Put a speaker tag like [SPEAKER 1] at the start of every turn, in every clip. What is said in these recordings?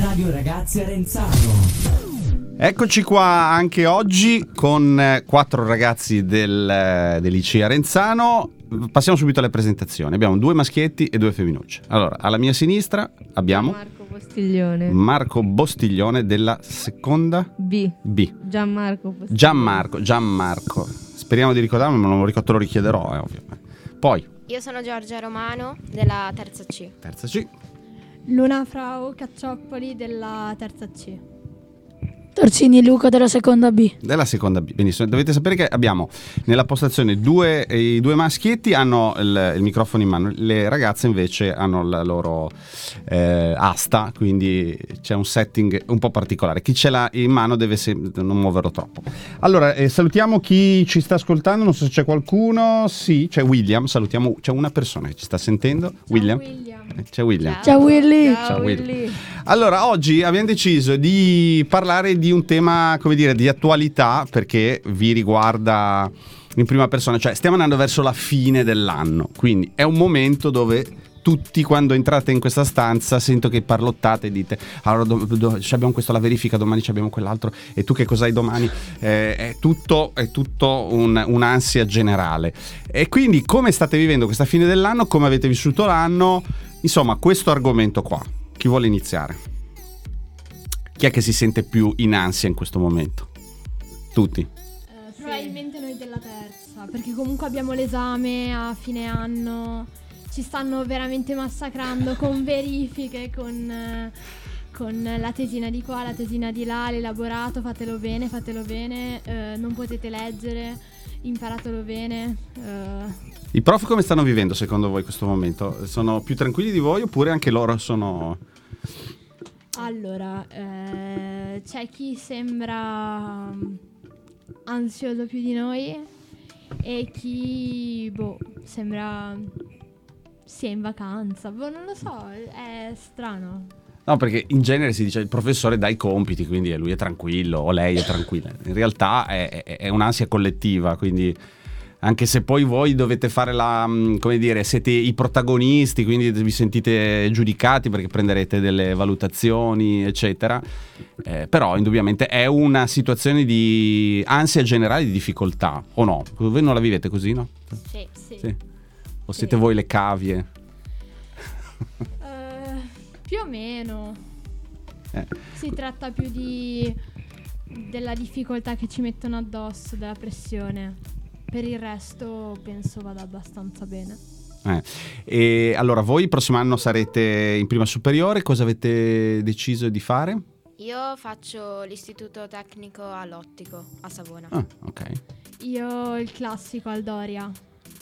[SPEAKER 1] Radio Ragazze Renzano.
[SPEAKER 2] Eccoci qua anche oggi con eh, quattro ragazzi del, eh, dell'ICEA Renzano. Passiamo subito alle presentazioni. Abbiamo due maschietti e due femminucce. Allora, alla mia sinistra abbiamo
[SPEAKER 3] Marco Postiglione.
[SPEAKER 2] Mm. Marco Bostiglione della seconda
[SPEAKER 3] B.
[SPEAKER 2] B.
[SPEAKER 3] Gianmarco Postiglione.
[SPEAKER 2] Gianmarco, Gianmarco. Speriamo di ricordarmi, ma non lo ricordo, te lo richiederò, è ovvio. Poi,
[SPEAKER 4] Io sono Giorgia Romano della terza C.
[SPEAKER 2] terza C.
[SPEAKER 5] Luna Frau Caccioppoli della terza C.
[SPEAKER 6] Torcini Luca della seconda B.
[SPEAKER 2] Della seconda B, benissimo. Dovete sapere che abbiamo nella postazione due, i due maschietti hanno il, il microfono in mano, le ragazze invece hanno la loro eh, asta, quindi c'è un setting un po' particolare. Chi ce l'ha in mano deve se- non muoverlo troppo. Allora, eh, salutiamo chi ci sta ascoltando, non so se c'è qualcuno. Sì, c'è William, salutiamo, c'è una persona che ci sta sentendo. William. Eh, C'è William.
[SPEAKER 6] Ciao Willy.
[SPEAKER 3] Ciao,
[SPEAKER 2] Ciao, Willy.
[SPEAKER 3] Willy.
[SPEAKER 2] Allora, oggi abbiamo deciso di parlare di un tema, come dire, di attualità perché vi riguarda in prima persona, cioè stiamo andando verso la fine dell'anno, quindi è un momento dove tutti quando entrate in questa stanza sento che parlottate e dite allora do- do- ci abbiamo questo la verifica domani ci abbiamo quell'altro e tu che cos'hai domani Eh, è tutto, è tutto un- un'ansia generale e quindi come state vivendo questa fine dell'anno come avete vissuto l'anno insomma questo argomento qua chi vuole iniziare? Chi è che si sente più in ansia in questo momento? Tutti.
[SPEAKER 5] Eh, Probabilmente noi della terza, perché comunque abbiamo l'esame a fine anno, ci stanno veramente massacrando con verifiche, con, eh, con la tesina di qua, la tesina di là, l'elaborato, fatelo bene, fatelo bene, eh, non potete leggere, imparatelo bene. eh.
[SPEAKER 2] I prof come stanno vivendo secondo voi questo momento? Sono più tranquilli di voi oppure anche loro sono...
[SPEAKER 5] Allora, eh, c'è chi sembra mm, ansioso più di noi e chi, boh, sembra sia in vacanza. Boh, non lo so, è strano.
[SPEAKER 2] No, perché in genere si dice il professore dà i compiti, quindi eh, lui è tranquillo o lei è tranquilla. In realtà è, è- è un'ansia collettiva, quindi anche se poi voi dovete fare la, mh, come dire, siete i protagonisti, quindi vi sentite giudicati perché prenderete delle valutazioni, eccetera. Eh, però indubbiamente è una situazione di ansia generale di difficoltà, o no? Voi non la vivete così, no?
[SPEAKER 4] Sì.
[SPEAKER 2] Sì. O siete voi le cavie?
[SPEAKER 5] Eh, più o meno.
[SPEAKER 2] Eh.
[SPEAKER 5] Si tratta più di della difficoltà che ci mettono addosso, della pressione. Per il resto penso vada abbastanza bene.
[SPEAKER 2] Eh, E allora voi il prossimo anno sarete in prima superiore, cosa avete deciso di fare?
[SPEAKER 4] Io faccio l'istituto tecnico all'ottico a Savona.
[SPEAKER 2] Ah, ok,
[SPEAKER 5] Io il classico al Doria.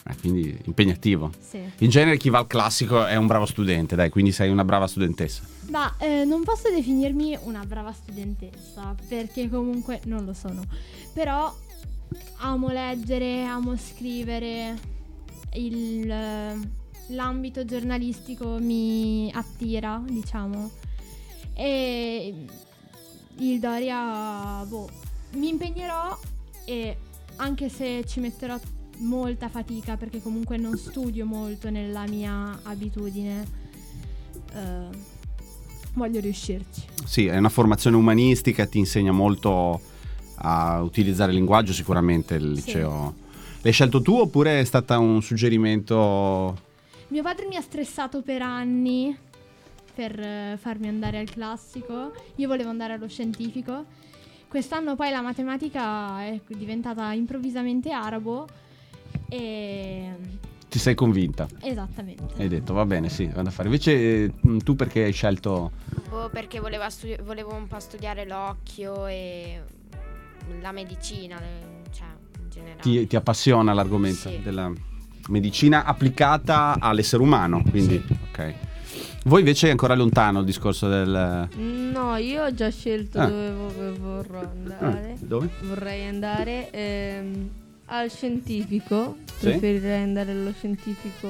[SPEAKER 2] Eh, quindi impegnativo.
[SPEAKER 5] Sì.
[SPEAKER 2] In genere chi va al classico è un bravo studente, dai, quindi sei una brava studentessa.
[SPEAKER 5] Ma eh, non posso definirmi una brava studentessa, perché comunque non lo sono. Però amo leggere, amo scrivere, il, eh, l'ambito giornalistico mi attira, diciamo. E il Doria, boh, mi impegnerò e anche se ci metterò molta fatica, perché comunque non studio molto nella mia abitudine. eh, voglio riuscirci.
[SPEAKER 2] Sì, è una formazione umanistica, ti insegna molto a utilizzare il linguaggio sicuramente il
[SPEAKER 5] Sì.
[SPEAKER 2] liceo. L'hai scelto tu oppure è stato un suggerimento?
[SPEAKER 5] Mio padre mi ha stressato per anni per eh, farmi andare al classico. Io volevo andare allo scientifico. Quest'anno poi la matematica è diventata improvvisamente arabo e
[SPEAKER 2] Ti sei convinta?
[SPEAKER 5] esattamente.
[SPEAKER 2] Hai detto, va bene, sì, vado a fare. Invece eh, tu perché hai scelto...
[SPEAKER 4] Boh, perché voleva studi- volevo un po' studiare l'occhio e la medicina, le- cioè in generale.
[SPEAKER 2] ti, ti appassiona l'argomento
[SPEAKER 4] Sì.
[SPEAKER 2] della medicina applicata all'essere umano. Quindi, ok. Voi invece è ancora lontano il discorso del...
[SPEAKER 3] No, io ho già scelto
[SPEAKER 2] Ah.
[SPEAKER 3] dove vo- vorrò andare.
[SPEAKER 2] Eh, dove?
[SPEAKER 3] Vorrei andare ehm, al scientifico.
[SPEAKER 2] Sì.
[SPEAKER 3] Preferirei andare allo scientifico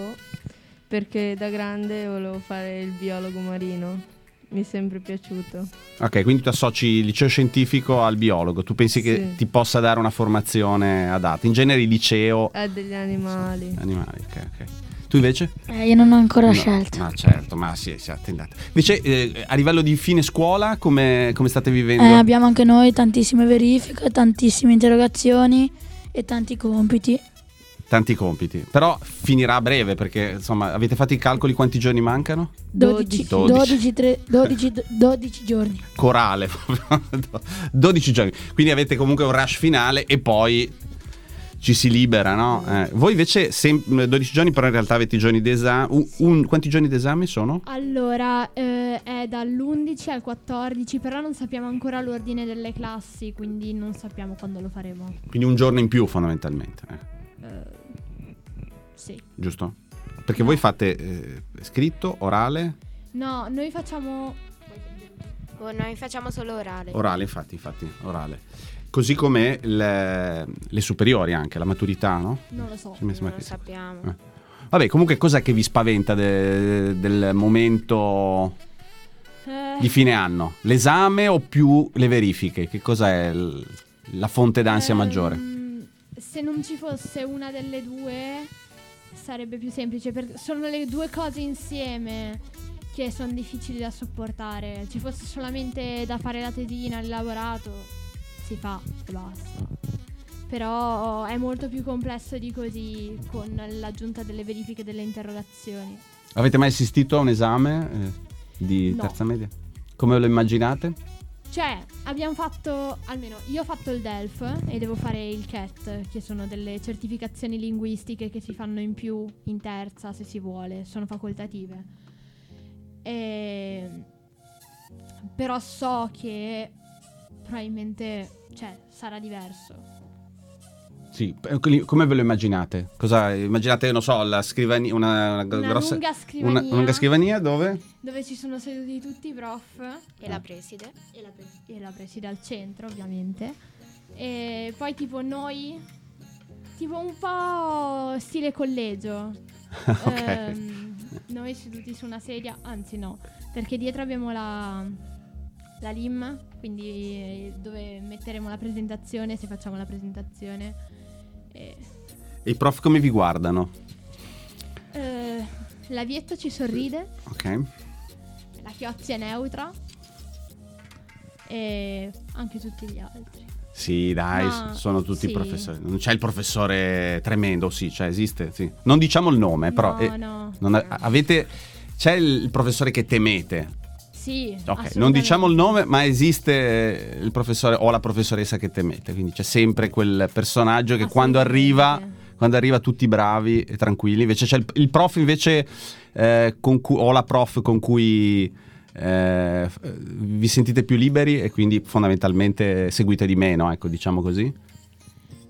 [SPEAKER 3] perché da grande volevo fare il biologo marino. Mi è sempre piaciuto.
[SPEAKER 2] Ok, quindi tu associ il liceo scientifico al biologo. Tu pensi che
[SPEAKER 3] Sì.
[SPEAKER 2] ti possa dare
[SPEAKER 3] Eh.
[SPEAKER 2] una formazione adatta? In genere il liceo...
[SPEAKER 3] È degli animali.
[SPEAKER 2] Animali, ok, ok. Tu invece?
[SPEAKER 6] Eh, io non ho ancora
[SPEAKER 2] No,
[SPEAKER 6] scelto.
[SPEAKER 2] Ma certo, ma sì, si è attendata. Invece, eh, a livello di fine scuola, come, come state vivendo?
[SPEAKER 6] Eh, abbiamo anche noi tantissime verifiche, tantissime interrogazioni e tanti compiti.
[SPEAKER 2] Tanti compiti. Però finirà a breve, perché insomma, avete fatto i calcoli quanti giorni mancano?
[SPEAKER 6] 12,
[SPEAKER 2] 12.
[SPEAKER 6] 12, tre- 12, 12 giorni.
[SPEAKER 2] Corale, proprio. 12 giorni. Quindi avete comunque un rush finale e poi ci si libera, no? Eh, voi invece sem- 12 giorni, però in realtà avete i giorni d'esame. un- un- quanti giorni d'esame sono?
[SPEAKER 5] Allora, eh, è dall'11 al 14, però non sappiamo ancora l'ordine delle classi, quindi non sappiamo quando lo faremo.
[SPEAKER 2] Quindi un giorno in più fondamentalmente, eh,
[SPEAKER 5] Sì.
[SPEAKER 2] giusto? Perché voi fate eh, scritto, orale,
[SPEAKER 5] No, noi facciamo...
[SPEAKER 4] Oh, noi facciamo solo orale.
[SPEAKER 2] Orale, infatti, infatti, orale. Così come le, le superiori anche, la maturità, no?
[SPEAKER 5] Non lo so.
[SPEAKER 2] Sì, mi sembra
[SPEAKER 4] non
[SPEAKER 2] che-
[SPEAKER 4] lo sappiamo.
[SPEAKER 2] Eh. Vabbè, comunque cos'è che vi spaventa de- del momento
[SPEAKER 5] Eh,
[SPEAKER 2] di fine anno? L'esame o più le verifiche? Che cosa è l- la fonte d'ansia
[SPEAKER 5] ehm,
[SPEAKER 2] maggiore?
[SPEAKER 5] Se non ci fosse una delle due sarebbe più semplice, perché sono le due cose insieme che sono difficili da sopportare. Ci fosse solamente da fare la tesina, il lavorato, si fa e basta. Però è molto più complesso di così con l'aggiunta delle verifiche e delle interrogazioni.
[SPEAKER 2] Avete mai assistito a un esame eh, di
[SPEAKER 5] No.
[SPEAKER 2] terza media? Come lo immaginate?
[SPEAKER 5] Cioè, abbiamo fatto, almeno io ho fatto il DELF e devo fare il CAT, che sono delle certificazioni linguistiche che si fanno in più in terza se si vuole, sono facoltative. E... Però so che probabilmente, cioè, sarà diverso.
[SPEAKER 2] Sì, eh, quelli- come ve lo immaginate? Cosa immaginate, non so, la scrivania, una, una
[SPEAKER 5] Una
[SPEAKER 2] grossa
[SPEAKER 5] lunga
[SPEAKER 2] una-
[SPEAKER 5] scrivania
[SPEAKER 2] una lunga scrivania dove?
[SPEAKER 5] dove ci sono seduti tutti i prof
[SPEAKER 4] E
[SPEAKER 2] eh.
[SPEAKER 4] la preside?
[SPEAKER 5] e la, pres- e la preside al centro, ovviamente. E poi tipo noi, tipo un po' stile collegio.
[SPEAKER 2] Ok.
[SPEAKER 5] Ehm, noi seduti su una sedia, anzi no, perché dietro abbiamo la, la LIM, quindi dove metteremo la presentazione, se facciamo la presentazione. E,
[SPEAKER 2] E i prof come vi guardano?
[SPEAKER 5] eh, la Vietto ci sorride,
[SPEAKER 2] Ok.
[SPEAKER 5] la Chiozzi è neutra e anche tutti gli altri.
[SPEAKER 2] Sì, dai,
[SPEAKER 5] Ma-
[SPEAKER 2] s- sono tutti
[SPEAKER 5] sì.
[SPEAKER 2] professori. Non c'è il professore tremendo, sì, cioè esiste, sì. Non diciamo il nome, però
[SPEAKER 5] no,
[SPEAKER 2] eh,
[SPEAKER 5] no.
[SPEAKER 2] non a- avete c'è il professore che temete.
[SPEAKER 5] Sì,
[SPEAKER 2] Ok, non diciamo il nome, ma esiste eh, il professore o la professoressa che temete, quindi c'è sempre quel personaggio che quando arriva quando arriva tutti bravi e tranquilli, invece c'è il, il prof invece eh, con cui, o la prof con cui eh, f- vi sentite più liberi e quindi fondamentalmente seguite di meno, ecco, diciamo così.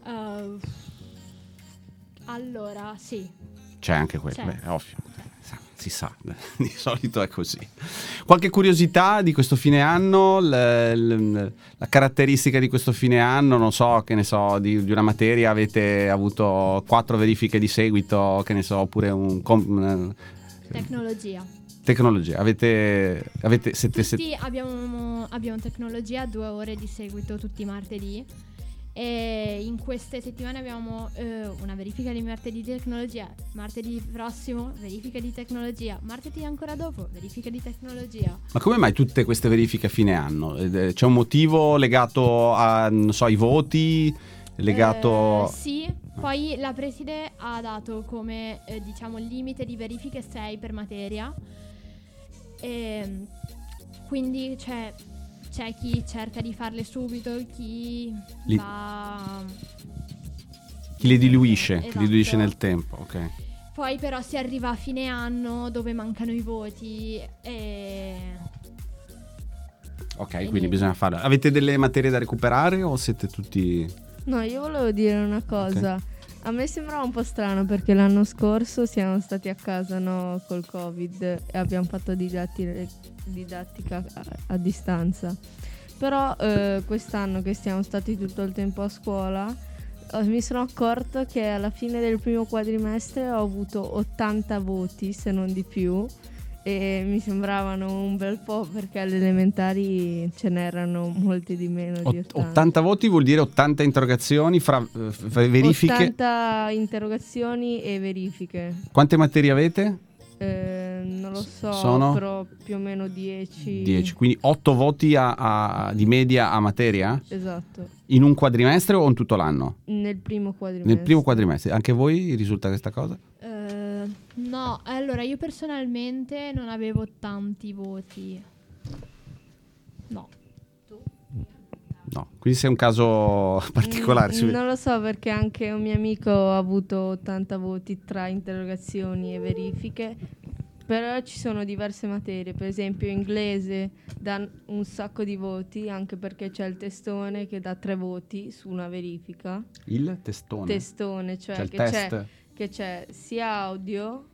[SPEAKER 5] Eh, allora, sì.
[SPEAKER 2] C'è anche quello,
[SPEAKER 5] C'è.
[SPEAKER 2] beh, è ovvio. Sa- Si sa, di solito è così. Qualche curiosità di questo fine anno, L- l- la caratteristica di questo fine anno, non so, che ne so, di, di una materia avete avuto quattro verifiche di seguito, che ne so, oppure un... com- eh,
[SPEAKER 5] Tecnologia.
[SPEAKER 2] tecnologia, avete... avete siete, siete-
[SPEAKER 5] Tutti abbiamo, abbiamo tecnologia due ore di seguito tutti i martedì e in queste settimane abbiamo eh, una verifica di martedì di tecnologia, martedì prossimo verifica di tecnologia, martedì ancora dopo verifica di tecnologia.
[SPEAKER 2] Ma come mai tutte queste verifiche a fine anno? Ed, eh, C'è un motivo legato a, non so, ai voti, legato...
[SPEAKER 5] Eh, sì, poi la preside ha dato come eh, diciamo limite di verifiche 6 per materia. Ehm, quindi c'è, c'è chi cerca di farle subito, chi
[SPEAKER 2] Li-
[SPEAKER 5] va.
[SPEAKER 2] Chi le diluisce, chi
[SPEAKER 5] Esatto.
[SPEAKER 2] le diluisce nel tempo, ok.
[SPEAKER 5] Poi però si arriva a fine anno dove mancano i voti e
[SPEAKER 2] Ok,
[SPEAKER 5] E
[SPEAKER 2] quindi
[SPEAKER 5] niente.
[SPEAKER 2] bisogna farlo. Avete delle materie da recuperare o siete tutti...
[SPEAKER 3] No, io volevo dire una cosa. A me sembrava un po' strano perché l'anno scorso siamo stati a casa no, col Covid e abbiamo fatto didatti- didattica a, a distanza. Però eh, quest'anno che siamo stati tutto il tempo a scuola eh, mi sono accorta che alla fine del primo quadrimestre ho avuto 80 voti, se non di più, e mi sembravano un bel po' perché alle elementari ce n'erano molti di meno di 80.
[SPEAKER 2] 80 voti vuol dire 80 interrogazioni fra eh, f- verifiche.
[SPEAKER 3] 80 interrogazioni e verifiche.
[SPEAKER 2] Quante materie avete?
[SPEAKER 3] Eh, non lo so,
[SPEAKER 2] Sono?
[SPEAKER 3] però più o meno 10.
[SPEAKER 2] 10, quindi 8 voti a- a- di media a materia
[SPEAKER 3] Esatto,
[SPEAKER 2] in un quadrimestre o in tutto l'anno?
[SPEAKER 3] nel primo quadrimestre.
[SPEAKER 2] Nel primo quadrimestre, anche voi risulta questa cosa?
[SPEAKER 5] Eh, no, allora io personalmente non avevo tanti voti. No.
[SPEAKER 2] No, quindi sei un caso particolare.
[SPEAKER 3] Mm,
[SPEAKER 2] si vede.
[SPEAKER 3] Non lo so perché anche un mio amico ha avuto 80 voti tra interrogazioni e verifiche, però ci sono diverse materie, per esempio inglese dà un sacco di voti anche perché c'è il testone che dà tre voti su una verifica,
[SPEAKER 2] Il testone.
[SPEAKER 3] testone, cioè
[SPEAKER 2] C'è il
[SPEAKER 3] che,
[SPEAKER 2] test.
[SPEAKER 3] c'è, che c'è sia audio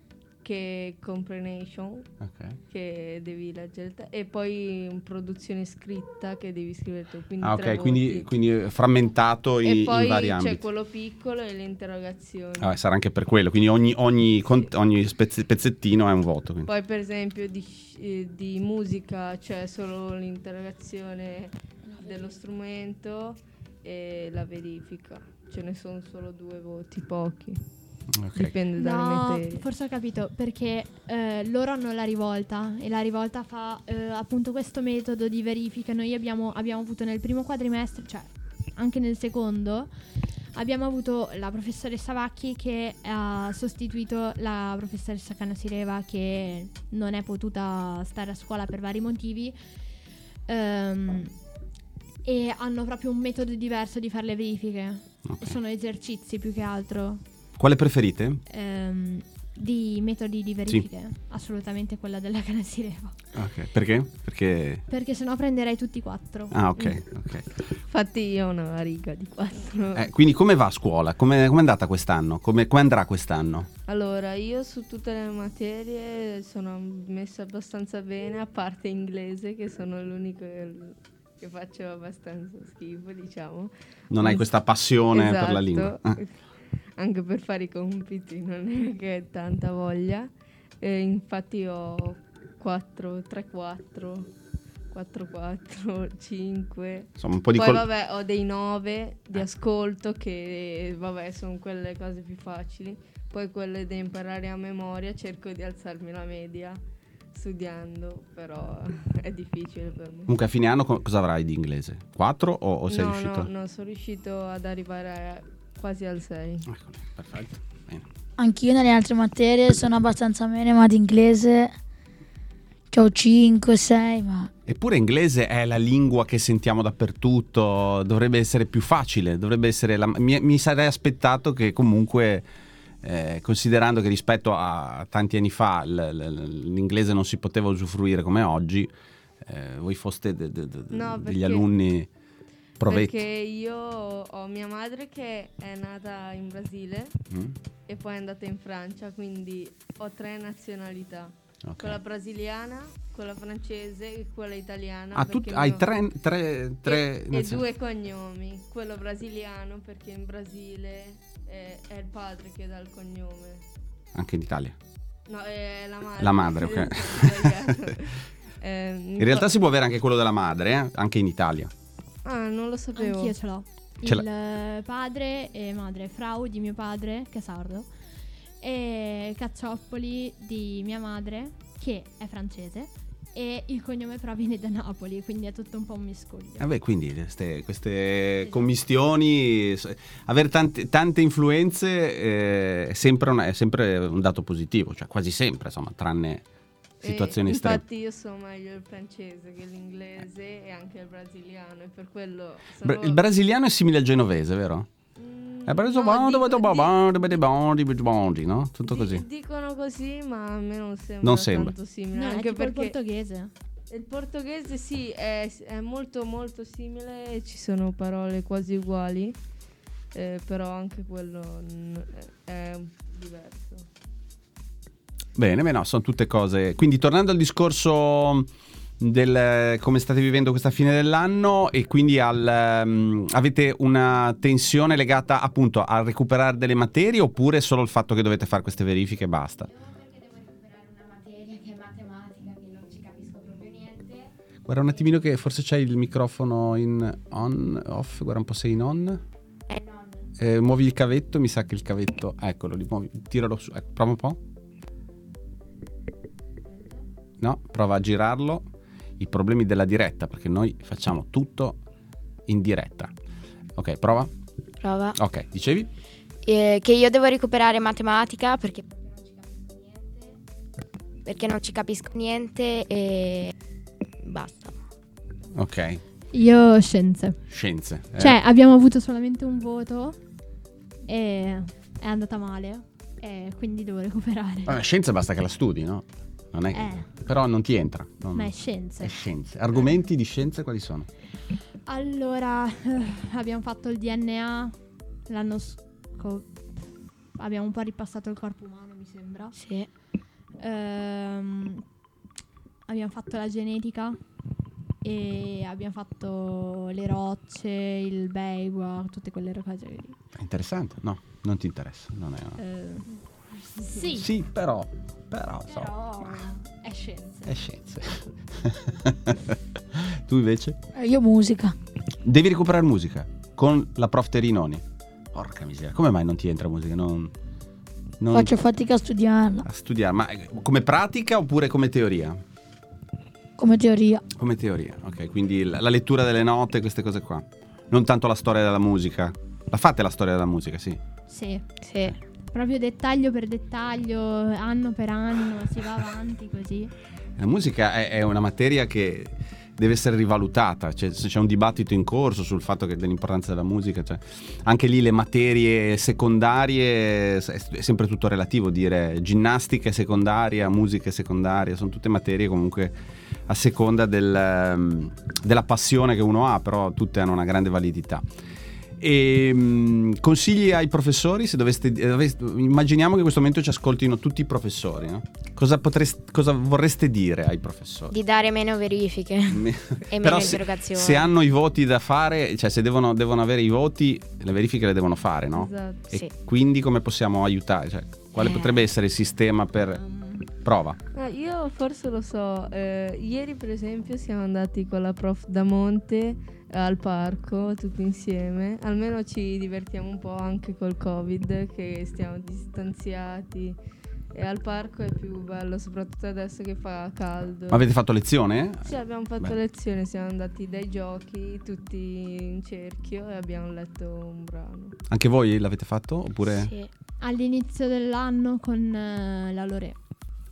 [SPEAKER 3] che comprension
[SPEAKER 2] Ok.
[SPEAKER 3] che devi leggere il te- e poi in produzione scritta che devi scrivere tu. Quindi
[SPEAKER 2] Ah,
[SPEAKER 3] tre
[SPEAKER 2] ok, quindi,
[SPEAKER 3] voti.
[SPEAKER 2] quindi frammentato in,
[SPEAKER 3] E
[SPEAKER 2] in
[SPEAKER 3] poi
[SPEAKER 2] vari
[SPEAKER 3] c'è
[SPEAKER 2] ambiti.
[SPEAKER 3] quello piccolo e le interrogazioni.
[SPEAKER 2] Ah, sarà anche per quello, quindi ogni, ogni cont- ogni spezz- pezzettino è un voto. quindi.
[SPEAKER 3] Poi per esempio di, sci- eh, di musica c'è solo l'interrogazione dello strumento e la verifica. Ce ne sono solo due voti, pochi.
[SPEAKER 2] Ok.
[SPEAKER 3] Dipende dalle
[SPEAKER 5] No,
[SPEAKER 3] materie.
[SPEAKER 5] forse ho capito perché eh, loro hanno la rivolta e la rivolta fa eh, appunto questo metodo di verifica. Noi abbiamo, abbiamo avuto nel primo quadrimestre, cioè anche nel secondo, abbiamo avuto la professoressa Vacchi che ha sostituito la professoressa Canasireva che non è potuta stare a scuola per vari motivi. Ehm, e hanno proprio un metodo diverso di fare le verifiche.
[SPEAKER 2] Ok.
[SPEAKER 5] Sono esercizi più che altro
[SPEAKER 2] Quale preferite?
[SPEAKER 5] ehm, di metodi di verifiche, assolutamente quella della canna sireva.
[SPEAKER 2] Ok, Perché? Perché...
[SPEAKER 5] Perché sennò prenderei tutti e quattro. Mm.
[SPEAKER 2] Ah,
[SPEAKER 3] Eh.
[SPEAKER 2] ok. ok.
[SPEAKER 3] Infatti io ho una riga di quattro.
[SPEAKER 2] Eh, quindi come va a scuola? Come com'è andata quest'anno? Come, come andrà quest'anno?
[SPEAKER 3] Allora, io su tutte le materie sono messa abbastanza bene, a parte inglese che sono l'unico che faccio abbastanza schifo, diciamo.
[SPEAKER 2] Non hai
[SPEAKER 3] Mm.
[SPEAKER 2] questa passione per la
[SPEAKER 3] Esatto.
[SPEAKER 2] lingua? Ah,
[SPEAKER 3] Anche per fare i compiti non è che è tanta voglia. E infatti ho 4, 3, 4, 4, 4, 5.
[SPEAKER 2] insomma, un po' di
[SPEAKER 3] Poi
[SPEAKER 2] col- Eh.
[SPEAKER 3] vabbè ho dei 9 di ascolto che vabbè sono quelle cose più facili. Poi quelle da imparare a memoria cerco di alzarmi la media studiando, però è difficile per me.
[SPEAKER 2] Comunque a fine anno co- cosa avrai di inglese? 4 o, o Oh, sei
[SPEAKER 3] no,
[SPEAKER 2] riuscito?
[SPEAKER 3] no, non sono riuscito ad arrivare a- quasi al 6.
[SPEAKER 2] Eccolo, Ecco, perfetto. Bene.
[SPEAKER 6] Anch'io nelle altre materie sono abbastanza bene, ma di inglese ho 5, 6, ma
[SPEAKER 2] Eppure inglese è la lingua che sentiamo dappertutto, dovrebbe essere più facile, dovrebbe essere la- mi, mi sarei aspettato che comunque, eh, considerando che rispetto a tanti anni fa l- l- l'inglese non si poteva usufruire come oggi, eh, voi foste de- de- de-
[SPEAKER 3] No,
[SPEAKER 2] degli
[SPEAKER 3] perché-
[SPEAKER 2] alunni provetti.
[SPEAKER 3] Perché io ho mia madre che è nata in Brasile
[SPEAKER 2] Mm?
[SPEAKER 3] e poi è andata in Francia, quindi ho tre nazionalità.
[SPEAKER 2] Ok.
[SPEAKER 3] Quella brasiliana, quella francese e quella italiana.
[SPEAKER 2] Ah, tu
[SPEAKER 3] perché
[SPEAKER 2] hai
[SPEAKER 3] mio-
[SPEAKER 2] tre, tre, tre
[SPEAKER 3] e, e
[SPEAKER 2] nazioni-
[SPEAKER 3] due cognomi. Quello brasiliano perché in Brasile eh, è, il padre che dà il cognome.
[SPEAKER 2] anche in Italia.
[SPEAKER 3] No, è la madre.
[SPEAKER 2] La madre, ok.
[SPEAKER 3] Ho sbagliato. Ehm,
[SPEAKER 2] In realtà si può avere anche quello della madre, eh, anche in Italia.
[SPEAKER 3] Ah, non lo sapevo.
[SPEAKER 5] Anch'io ce l'ho.
[SPEAKER 2] Ce
[SPEAKER 5] il eh, padre e madre Frau di mio padre, che è sardo, e Caccioppoli di mia madre, che è francese, e il cognome però viene da Napoli, quindi è tutto un po' un miscuglio.
[SPEAKER 2] Vabbè, Eh, quindi queste, queste commistioni, s- avere tante, tante influenze eh, è, sempre una- è sempre un dato positivo, cioè quasi sempre, insomma, tranne
[SPEAKER 3] E
[SPEAKER 2] situazioni estreme.
[SPEAKER 3] Eh, Infatti io so meglio il francese che l'inglese e anche il brasiliano e per quello sono...
[SPEAKER 2] Bra- il brasiliano è simile al genovese, vero?
[SPEAKER 3] Mm,
[SPEAKER 2] È preso
[SPEAKER 3] no,
[SPEAKER 2] bondi,
[SPEAKER 3] dico-
[SPEAKER 2] bondi,
[SPEAKER 3] di-
[SPEAKER 2] bondi, bondi, bondi, bondi, no? Tutto
[SPEAKER 3] di-
[SPEAKER 2] così.
[SPEAKER 3] Dicono così ma a me non sembra
[SPEAKER 2] Non sembra.
[SPEAKER 3] tanto simile
[SPEAKER 5] No, è
[SPEAKER 3] anche
[SPEAKER 5] tipo il
[SPEAKER 3] perché il,
[SPEAKER 5] portoghese.
[SPEAKER 3] portoghese sì è, è molto molto simile e ci sono parole quasi uguali eh, però anche quello mm, è è diverso.
[SPEAKER 2] Bene, beh, no, sono tutte cose. Quindi tornando al discorso del eh, come state vivendo questa fine dell'anno e quindi al, ehm, avete una tensione legata appunto al recuperare delle materie oppure solo il fatto che dovete fare queste verifiche e basta?
[SPEAKER 7] Devo perché devo recuperare una materia che è matematica
[SPEAKER 2] Guarda un attimino che forse c'è il microfono in on, off, guarda un po' se è in on. Eh, muovi il cavetto, mi sa che il cavetto... Eccolo, li muovi, tiralo su, ecco, prova un po'. No, prova a girarlo. I problemi della diretta, perché noi facciamo tutto in diretta. Ok, prova.
[SPEAKER 4] Prova.
[SPEAKER 2] Ok, dicevi?
[SPEAKER 4] Eh, che io devo recuperare matematica perché perché non ci capisco niente e basta.
[SPEAKER 2] Ok,
[SPEAKER 5] Io scienze.
[SPEAKER 2] scienze. Eh,
[SPEAKER 5] Cioè, abbiamo avuto solamente un voto e è andata male. E quindi devo recuperare.
[SPEAKER 2] vabbè, scienze basta che la studi, no? Non è che- Però non ti entra. non-
[SPEAKER 5] Eh. Ma è scienze.
[SPEAKER 2] è scienze. Argomenti di scienze quali sono?
[SPEAKER 5] Allora, abbiamo fatto il DNA l'anno scorso. Abbiamo un po' ripassato il corpo umano, mi sembra.
[SPEAKER 4] Sì.
[SPEAKER 5] Ehm, abbiamo fatto la genetica e abbiamo fatto le rocce, il Beigua, tutte quelle cose lì.
[SPEAKER 2] È interessante? No, non ti interessa. Non è...
[SPEAKER 5] Ehm, sì,
[SPEAKER 2] Sì, però... Però, so.
[SPEAKER 5] però è scienze.
[SPEAKER 2] È scienze. tu invece?
[SPEAKER 6] Eh, Io musica.
[SPEAKER 2] Devi recuperare musica con la prof Terinoni. Porca miseria, come mai non ti entra musica? Non, non-
[SPEAKER 6] Faccio fatica a studiarla
[SPEAKER 2] a studiare, ma eh, come pratica oppure come teoria?
[SPEAKER 6] come teoria.
[SPEAKER 2] Come teoria, ok, quindi la, la lettura delle note, queste cose qua. Non tanto la storia della musica. La fate la storia della musica, sì.
[SPEAKER 5] Sì,
[SPEAKER 4] Sì.
[SPEAKER 5] proprio dettaglio per dettaglio, anno per anno, si va avanti così.
[SPEAKER 2] La musica è, è una materia che deve essere rivalutata, cioè, se c'è un dibattito in corso sul fatto che dell'importanza della musica, cioè, anche lì le materie secondarie s- è sempre tutto relativo, dire ginnastica è secondaria, musica è secondaria, sono tutte materie comunque a seconda del, ehm, della passione che uno ha, però tutte hanno una grande validità. E, mm, consigli ai professori se doveste, eh, doveste- immaginiamo che in questo momento ci ascoltino tutti i professori no? cosa, potreste, cosa vorreste dire ai professori
[SPEAKER 4] Di dare meno verifiche.
[SPEAKER 2] Me-
[SPEAKER 4] E
[SPEAKER 2] Però
[SPEAKER 4] meno
[SPEAKER 2] se,
[SPEAKER 4] interrogazioni.
[SPEAKER 2] se hanno i voti da fare cioè se devono, devono avere i voti le verifiche le devono fare no?
[SPEAKER 3] Esatto.
[SPEAKER 2] e
[SPEAKER 4] sì.
[SPEAKER 2] quindi come possiamo aiutare Cioè, quale
[SPEAKER 5] Eh.
[SPEAKER 2] potrebbe essere il sistema per
[SPEAKER 5] Ehm,
[SPEAKER 2] prova
[SPEAKER 3] Ah, io forse lo so, eh, ieri per esempio siamo andati con la prof da Monte eh, al parco tutti insieme, almeno ci divertiamo un po' anche col Covid che stiamo distanziati e al parco è più bello, soprattutto adesso che fa caldo.
[SPEAKER 2] ma avete fatto lezione?
[SPEAKER 3] Sì, abbiamo fatto
[SPEAKER 2] Beh.
[SPEAKER 3] lezione, siamo andati dai giochi tutti in cerchio e abbiamo letto un brano.
[SPEAKER 2] anche voi l'avete fatto? oppure?
[SPEAKER 4] Sì.
[SPEAKER 5] All'inizio dell'anno con eh, la Lore.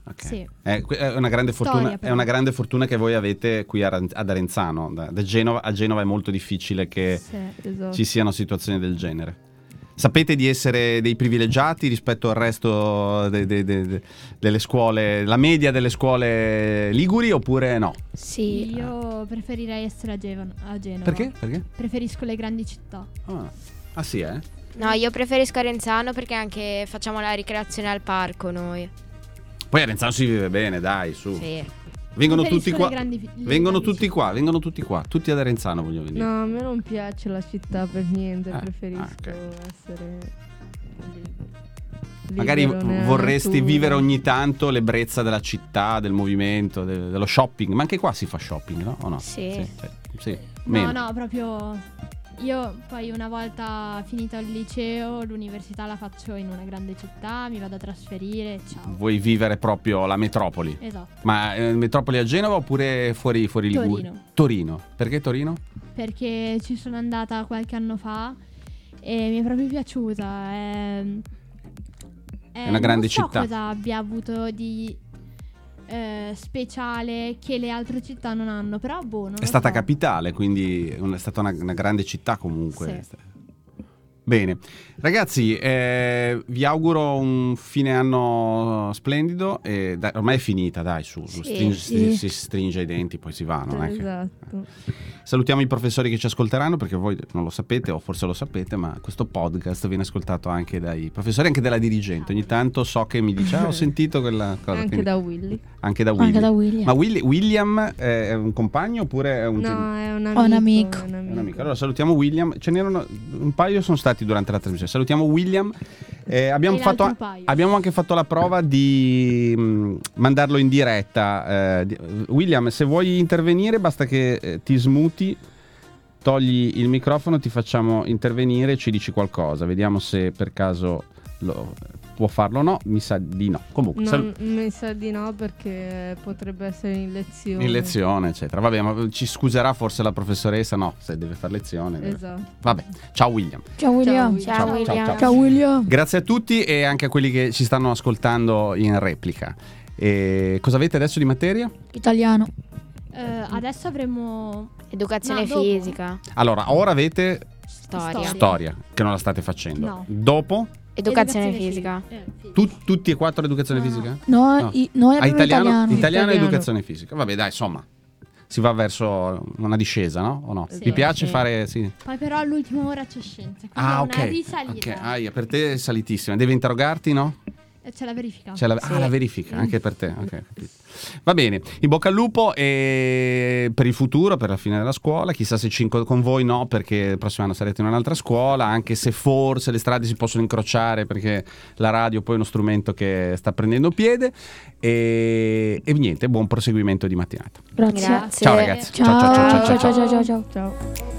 [SPEAKER 2] Ok.
[SPEAKER 5] Sì.
[SPEAKER 2] Eh, que- È, una grande
[SPEAKER 5] Storia,
[SPEAKER 2] fortuna, è
[SPEAKER 5] però.
[SPEAKER 2] una grande fortuna che voi avete qui a Ran- ad Arenzano. Da, da Genova, a Genova è molto difficile che
[SPEAKER 6] Eh,
[SPEAKER 5] Sì.
[SPEAKER 3] Esatto.
[SPEAKER 2] ci siano situazioni del genere. Sapete di essere dei privilegiati rispetto al resto de- de- de- de- delle scuole, la media delle scuole liguri oppure no?
[SPEAKER 4] Sì.
[SPEAKER 5] Io preferirei essere a, Gevan- a Genova.
[SPEAKER 2] Perché? Perché?
[SPEAKER 5] Preferisco le grandi città.
[SPEAKER 2] Ah, ah, sì, eh?
[SPEAKER 4] No, io preferisco Arenzano perché anche facciamo la ricreazione al parco noi.
[SPEAKER 2] Mm. Poi a Arenzano si vive bene, dai, su.
[SPEAKER 4] Sì.
[SPEAKER 2] Vengono tutti
[SPEAKER 5] Preferisco le
[SPEAKER 2] qua.
[SPEAKER 5] grandi fi- le
[SPEAKER 2] Vengono
[SPEAKER 5] grandi
[SPEAKER 2] tutti qua, vengono tutti qua, tutti ad Arenzano voglio venire.
[SPEAKER 3] No, a me non piace la città per niente,
[SPEAKER 2] Ah,
[SPEAKER 3] preferisco
[SPEAKER 2] ah, ok.
[SPEAKER 3] essere... li-
[SPEAKER 2] Magari
[SPEAKER 3] libero nella
[SPEAKER 2] vorresti
[SPEAKER 3] natura.
[SPEAKER 2] vivere ogni tanto l'ebbrezza della città, del movimento, de- dello shopping, ma anche qua si fa shopping, no? O no?
[SPEAKER 4] Sì.
[SPEAKER 2] Sì, sì,
[SPEAKER 5] No,
[SPEAKER 2] meno.
[SPEAKER 5] no, proprio. Io poi una volta finito il liceo, l'università la faccio in una grande città, mi vado a trasferire, ciao.
[SPEAKER 2] Vuoi vivere proprio la metropoli?
[SPEAKER 5] Esatto,
[SPEAKER 2] Ma eh, metropoli a Genova oppure fuori, fuori Liguria?
[SPEAKER 5] Torino.
[SPEAKER 2] Torino. Perché Torino?
[SPEAKER 5] Perché ci sono andata qualche anno fa e mi è proprio piaciuta. È,
[SPEAKER 2] È una grande
[SPEAKER 5] non so
[SPEAKER 2] città.
[SPEAKER 5] cosa abbia avuto di eh, speciale che le altre città non hanno, però boh, non
[SPEAKER 2] È
[SPEAKER 5] lo
[SPEAKER 2] stata
[SPEAKER 5] so.
[SPEAKER 2] capitale, quindi è una- è stata una, una grande città comunque.
[SPEAKER 5] Sì.
[SPEAKER 2] Bene, ragazzi, eh, vi auguro un fine anno splendido. e dai, ormai è finita, dai, su, su,
[SPEAKER 4] Sì,
[SPEAKER 2] string-
[SPEAKER 6] sì.
[SPEAKER 2] Si, si stringe i denti, poi si va. Non è che- Eh,
[SPEAKER 3] Esatto.
[SPEAKER 2] Salutiamo i professori che ci ascolteranno perché voi non lo sapete o forse lo sapete, ma questo podcast viene ascoltato anche dai professori, anche dalla dirigente. Ogni tanto so che mi dice, ah, ho sentito quella cosa.
[SPEAKER 3] Anche
[SPEAKER 2] quindi-
[SPEAKER 3] da Willy.
[SPEAKER 2] anche da
[SPEAKER 6] Anche
[SPEAKER 2] Willy.
[SPEAKER 6] da William.
[SPEAKER 2] Ma Willy- William è un compagno oppure è un... gen-
[SPEAKER 3] No, è un amico.
[SPEAKER 6] Ho un amico.
[SPEAKER 3] è un
[SPEAKER 2] è un amico. Allora salutiamo William, ce n'erano un paio sono stati durante la trasmissione. Salutiamo William Eh, abbiamo,
[SPEAKER 5] E
[SPEAKER 2] fatto a-
[SPEAKER 5] l'altro paio.
[SPEAKER 2] abbiamo anche fatto la prova di mh, mandarlo in diretta. eh, di- William, se vuoi intervenire, basta che eh, ti smuti, togli il microfono, ti facciamo intervenire e ci dici qualcosa. Vediamo se per caso lo- può farlo o no. Mi sa di no. Comunque, sal-
[SPEAKER 3] Non, mi sa di no perché potrebbe essere in lezione.
[SPEAKER 2] in lezione, eccetera. Vabbè, ma ci scuserà forse la professoressa? No, se deve fare lezione. deve-
[SPEAKER 3] Esatto.
[SPEAKER 2] Vabbè, ciao William.
[SPEAKER 6] Ciao William.
[SPEAKER 4] Ciao,
[SPEAKER 2] Ciao,
[SPEAKER 4] William.
[SPEAKER 2] ciao,
[SPEAKER 6] Ciao William.
[SPEAKER 2] Grazie a tutti e anche a quelli che ci stanno ascoltando in replica. E cosa avete adesso di materia?
[SPEAKER 6] Italiano.
[SPEAKER 5] Eh, adesso avremo
[SPEAKER 4] Educazione
[SPEAKER 5] No, dopo.
[SPEAKER 4] fisica,
[SPEAKER 2] Allora, ora avete
[SPEAKER 4] storia.
[SPEAKER 5] Storia.
[SPEAKER 2] storia, che non la state facendo.
[SPEAKER 5] No.
[SPEAKER 2] Dopo,
[SPEAKER 4] Educazione fisica.
[SPEAKER 5] Eh, fisica.
[SPEAKER 2] tu- tutti e quattro educazione
[SPEAKER 5] No, no.
[SPEAKER 2] fisica?
[SPEAKER 6] Noi,
[SPEAKER 2] No.
[SPEAKER 6] i- noi
[SPEAKER 2] Ah,
[SPEAKER 6] abbiamo
[SPEAKER 2] italiano, italiano,
[SPEAKER 3] Italiano.
[SPEAKER 2] e educazione fisica. Vabbè, dai, insomma, si va verso una discesa, no? O no?
[SPEAKER 5] Sì,
[SPEAKER 2] Vi piace
[SPEAKER 4] sì.
[SPEAKER 2] fare... Sì.
[SPEAKER 5] Poi però all'ultima ora c'è scienza. Quindi è
[SPEAKER 2] Ah,
[SPEAKER 5] una
[SPEAKER 2] ok.
[SPEAKER 5] risalita.
[SPEAKER 2] ok. Ah, per te è salitissima. Devi interrogarti, no?
[SPEAKER 5] E C'è la verifica.
[SPEAKER 2] C'è la,
[SPEAKER 4] Sì.
[SPEAKER 2] ah, la verifica anche per te. ok, capito. Va bene, in bocca al lupo e per il futuro, per la fine della scuola. Chissà se ci inco- con voi no, perché il prossimo anno sarete in un'altra scuola. Anche se forse le strade si possono incrociare, perché la radio poi è uno strumento che sta prendendo piede. E, e niente, buon proseguimento di mattinata.
[SPEAKER 6] Grazie.
[SPEAKER 4] Grazie.
[SPEAKER 2] Ciao ragazzi.
[SPEAKER 6] Ciao,
[SPEAKER 2] ciao, ciao, ciao, ciao.
[SPEAKER 6] ciao, ciao, ciao, ciao.
[SPEAKER 3] Ciao.